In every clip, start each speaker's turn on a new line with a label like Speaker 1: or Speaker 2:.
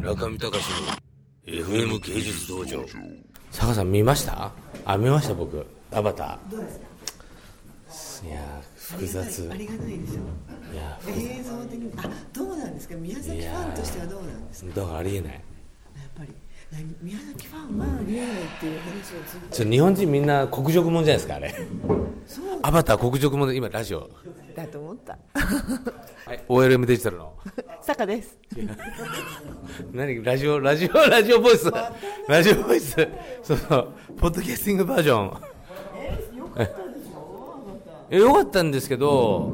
Speaker 1: 中見隆の FM 芸術道場
Speaker 2: サカさん見ましたあ見ました僕アバター
Speaker 3: どうですか
Speaker 2: いやー複雑
Speaker 3: ありがたいでしょ
Speaker 2: いや
Speaker 3: 映像的にあどうなんですか宮崎ファンとしてはどうなんですか
Speaker 2: ーだからありえない
Speaker 3: やっぱりな宮崎ファンは見えないっていう話をずっと
Speaker 2: ちょ日本人みんな国辱もんじゃないですかあれ
Speaker 3: そう
Speaker 2: アバター国辱もんで今ラジオ
Speaker 3: だと思った
Speaker 2: はい OLM デジタルの
Speaker 3: 坂です
Speaker 2: 何ラジオラジオラジオボイスラジオボイスそうそうポッドキャスティングバージョンえよかったんですけど、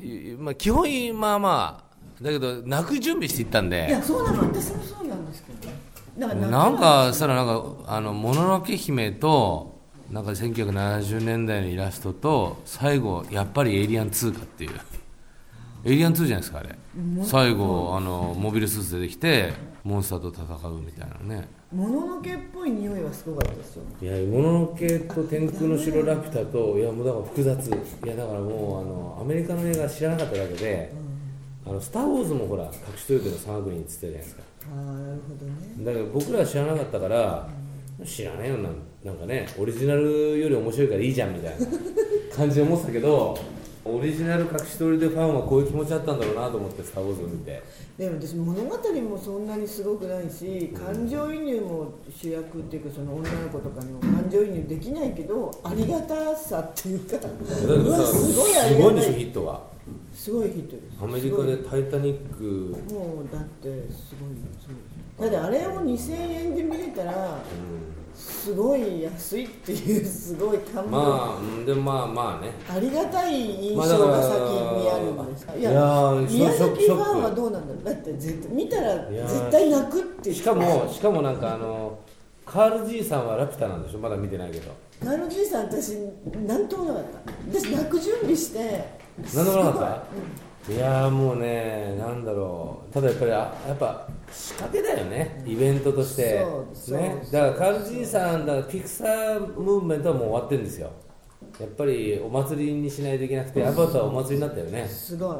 Speaker 2: いまあ、基本まあまあだけど泣く準備していったん
Speaker 3: い
Speaker 2: で
Speaker 3: やそうなの私もそうなんですけどねだから
Speaker 2: なんかそしたらなんかあのもののけ姫となんか1970年代のイラストと最後やっぱりエイリアン2かっていうエイリアン2じゃないですかあれ最後あのモビルスーツ出てきてモンスターと戦うみたいなね
Speaker 3: もののけっぽい匂いはすごかったですよ
Speaker 2: いやもののけと天空の城ラピュタといやもうだから複雑いやだからもうあのアメリカの映画知らなかっただけで「あのスター・ウォーズ」もほら隠しトイレの三悪人っつってたじゃないですか
Speaker 3: ああなるほどね
Speaker 2: だから僕らは知らなかったから知らねえよなんなんかねオリジナルより面白いからいいじゃんみたいな感じで思ってたけどオリジナル隠し撮りでファンはこういう気持ちだったんだろうなと思って「スター・ウォーズ」を見て
Speaker 3: でも私物語もそんなにすごくないし感情移入も主役っていうかその女の子とかにも感情移入できないけどありがたさっていうか
Speaker 2: だけ
Speaker 3: う
Speaker 2: ど
Speaker 3: わ
Speaker 2: さ
Speaker 3: すごいあ
Speaker 2: す
Speaker 3: り
Speaker 2: ごいん
Speaker 3: が
Speaker 2: で
Speaker 3: た
Speaker 2: しょヒ
Speaker 3: い
Speaker 2: ットは
Speaker 3: すごいヒットです
Speaker 2: アメリカで「タイタニック」
Speaker 3: すごいもうだってすごいそうだってあれを2000円で見れたらすごい安いっていうすごい感動、
Speaker 2: まあうんでもまあまあね
Speaker 3: ありがたい印
Speaker 2: まあだ
Speaker 3: 象
Speaker 2: から
Speaker 3: が先にあるんです、いや
Speaker 2: いやー
Speaker 3: 宮
Speaker 2: ショック
Speaker 3: 崎
Speaker 2: シ
Speaker 3: フ
Speaker 2: ョック
Speaker 3: ァンはどうなんだろうだって絶対見た
Speaker 2: い
Speaker 3: ら
Speaker 2: やー
Speaker 3: 絶対泣くって
Speaker 2: しかもしかもなんかあのカール爺さんは「ラピュタ」なんでしょまだ見てないけど
Speaker 3: あのじいさん私何ともなかった私泣く準備して
Speaker 2: 何でもなかったいやーもうねなんだろうただやっぱりあやっぱ仕掛けだよねイベントとして
Speaker 3: そう
Speaker 2: ね
Speaker 3: そう
Speaker 2: だからカール爺さんだからピクサームーブメントはもう終わってるんですよやっぱりお祭りにしないといけなくてアバターお祭りになったよね
Speaker 3: すごい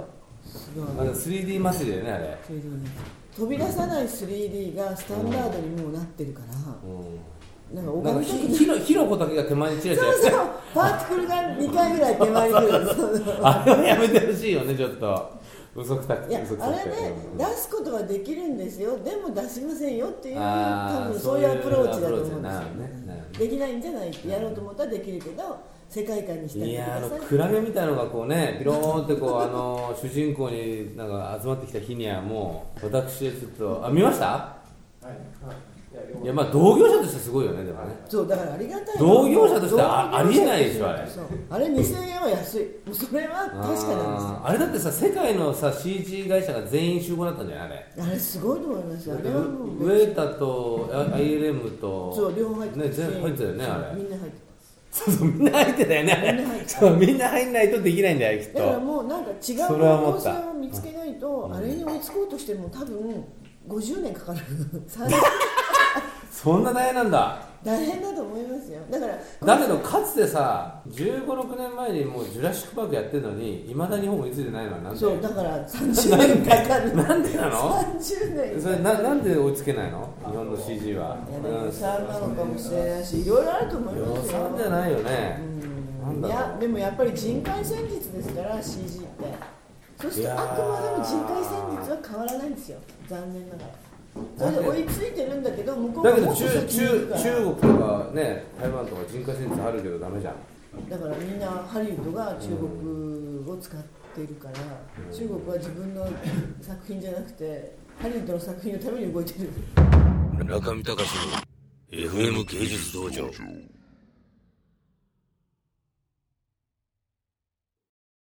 Speaker 3: すごい
Speaker 2: あの 3D 祭りだよねあれ
Speaker 3: 3D ね飛び出さない 3D がスタンダードにもうなってるから、なんか
Speaker 2: なんか
Speaker 3: 拝みたく
Speaker 2: ひ
Speaker 3: な
Speaker 2: ひろ
Speaker 3: い
Speaker 2: ひろこだけが手前にチラチ
Speaker 3: そ
Speaker 2: ラ
Speaker 3: う
Speaker 2: して
Speaker 3: そうパーティクルが2回ぐらい手前に来るそうそう
Speaker 2: あれはやめてほしいよねちょっと嘘くさく
Speaker 3: いや
Speaker 2: 嘘く
Speaker 3: あ
Speaker 2: さ
Speaker 3: れ
Speaker 2: くて
Speaker 3: ね
Speaker 2: うん
Speaker 3: 出すことはできるんですよでも出しませんよっていう
Speaker 2: あー
Speaker 3: 多分そういうアプローチだと思うんですよ、
Speaker 2: そういうアプローチだななるほど
Speaker 3: できないんじゃないってやろうと思ったらできるけど世界観にして
Speaker 2: いやーあの
Speaker 3: く
Speaker 2: ク
Speaker 3: だ
Speaker 2: ラゲみたいのがこうねビローンってこうあの 主人公になんか集まってきた日にはもう私はちょっとあ見ましたいやまあ同業者としてすごいよねでもね
Speaker 3: そうだからありがたい
Speaker 2: 同業者としてはあ
Speaker 3: 同
Speaker 2: あ
Speaker 3: 業者
Speaker 2: りえないでしょあれ
Speaker 3: そうあれ2000円は安いもうそれは確かなん
Speaker 2: あーあれだってさ世界のさ CG 会社が全員集合だったんじゃないあれ
Speaker 3: ですよあれすごいと思いますよあれはもう
Speaker 2: ウェータとあ ILM と
Speaker 3: そう両方入って
Speaker 2: ね
Speaker 3: たし
Speaker 2: 全部入ってたよねあ
Speaker 3: み
Speaker 2: れ
Speaker 3: んな入って
Speaker 2: そうそうみんな入ってたよねあ
Speaker 3: みんな入っ
Speaker 2: れ
Speaker 3: てた
Speaker 2: そうみんな入んないとできないんだよきった
Speaker 3: だから
Speaker 2: と
Speaker 3: もうなんか違う
Speaker 2: そ
Speaker 3: 可
Speaker 2: れは思
Speaker 3: 能
Speaker 2: っ
Speaker 3: 性
Speaker 2: た
Speaker 3: を見つけないとあれに追いつこうとしても多分50年かかる30
Speaker 2: そんな大変なんだ
Speaker 3: 大変だと思いますよだから
Speaker 2: だけどかつてさ1 5 6年前にもうジュラシック・パークやってるのにいまだ日本追いついてないのはなんで
Speaker 3: そうだから30年かか る
Speaker 2: なんでなの
Speaker 3: 30年
Speaker 2: それななんで追いつけないの日本の CG はい
Speaker 3: やで
Speaker 2: う
Speaker 3: も
Speaker 2: ん
Speaker 3: 3なのかもしれないしいろいろあると思い
Speaker 2: 予
Speaker 3: ますよ
Speaker 2: 算じゃないよねなん
Speaker 3: い
Speaker 2: だろ
Speaker 3: やでもやっぱり人海戦術ですから CG ってそ
Speaker 2: い
Speaker 3: して
Speaker 2: やー
Speaker 3: あくまでも人海戦術は変わらないんですよ残念ながらそれで追いついてるんだけど向
Speaker 2: う
Speaker 3: こう
Speaker 2: だけ
Speaker 3: も
Speaker 2: ど
Speaker 3: っと
Speaker 2: 中
Speaker 3: 先に行
Speaker 2: 中
Speaker 3: くから
Speaker 2: 中国とかね台湾とか人海戦術あるけどダメじゃん
Speaker 3: だからみんなハリウッドが中国を使っているから、中国は自分の作品じゃなくてハリウッドの作品のために動いてる
Speaker 1: 中見隆の FM 芸術道場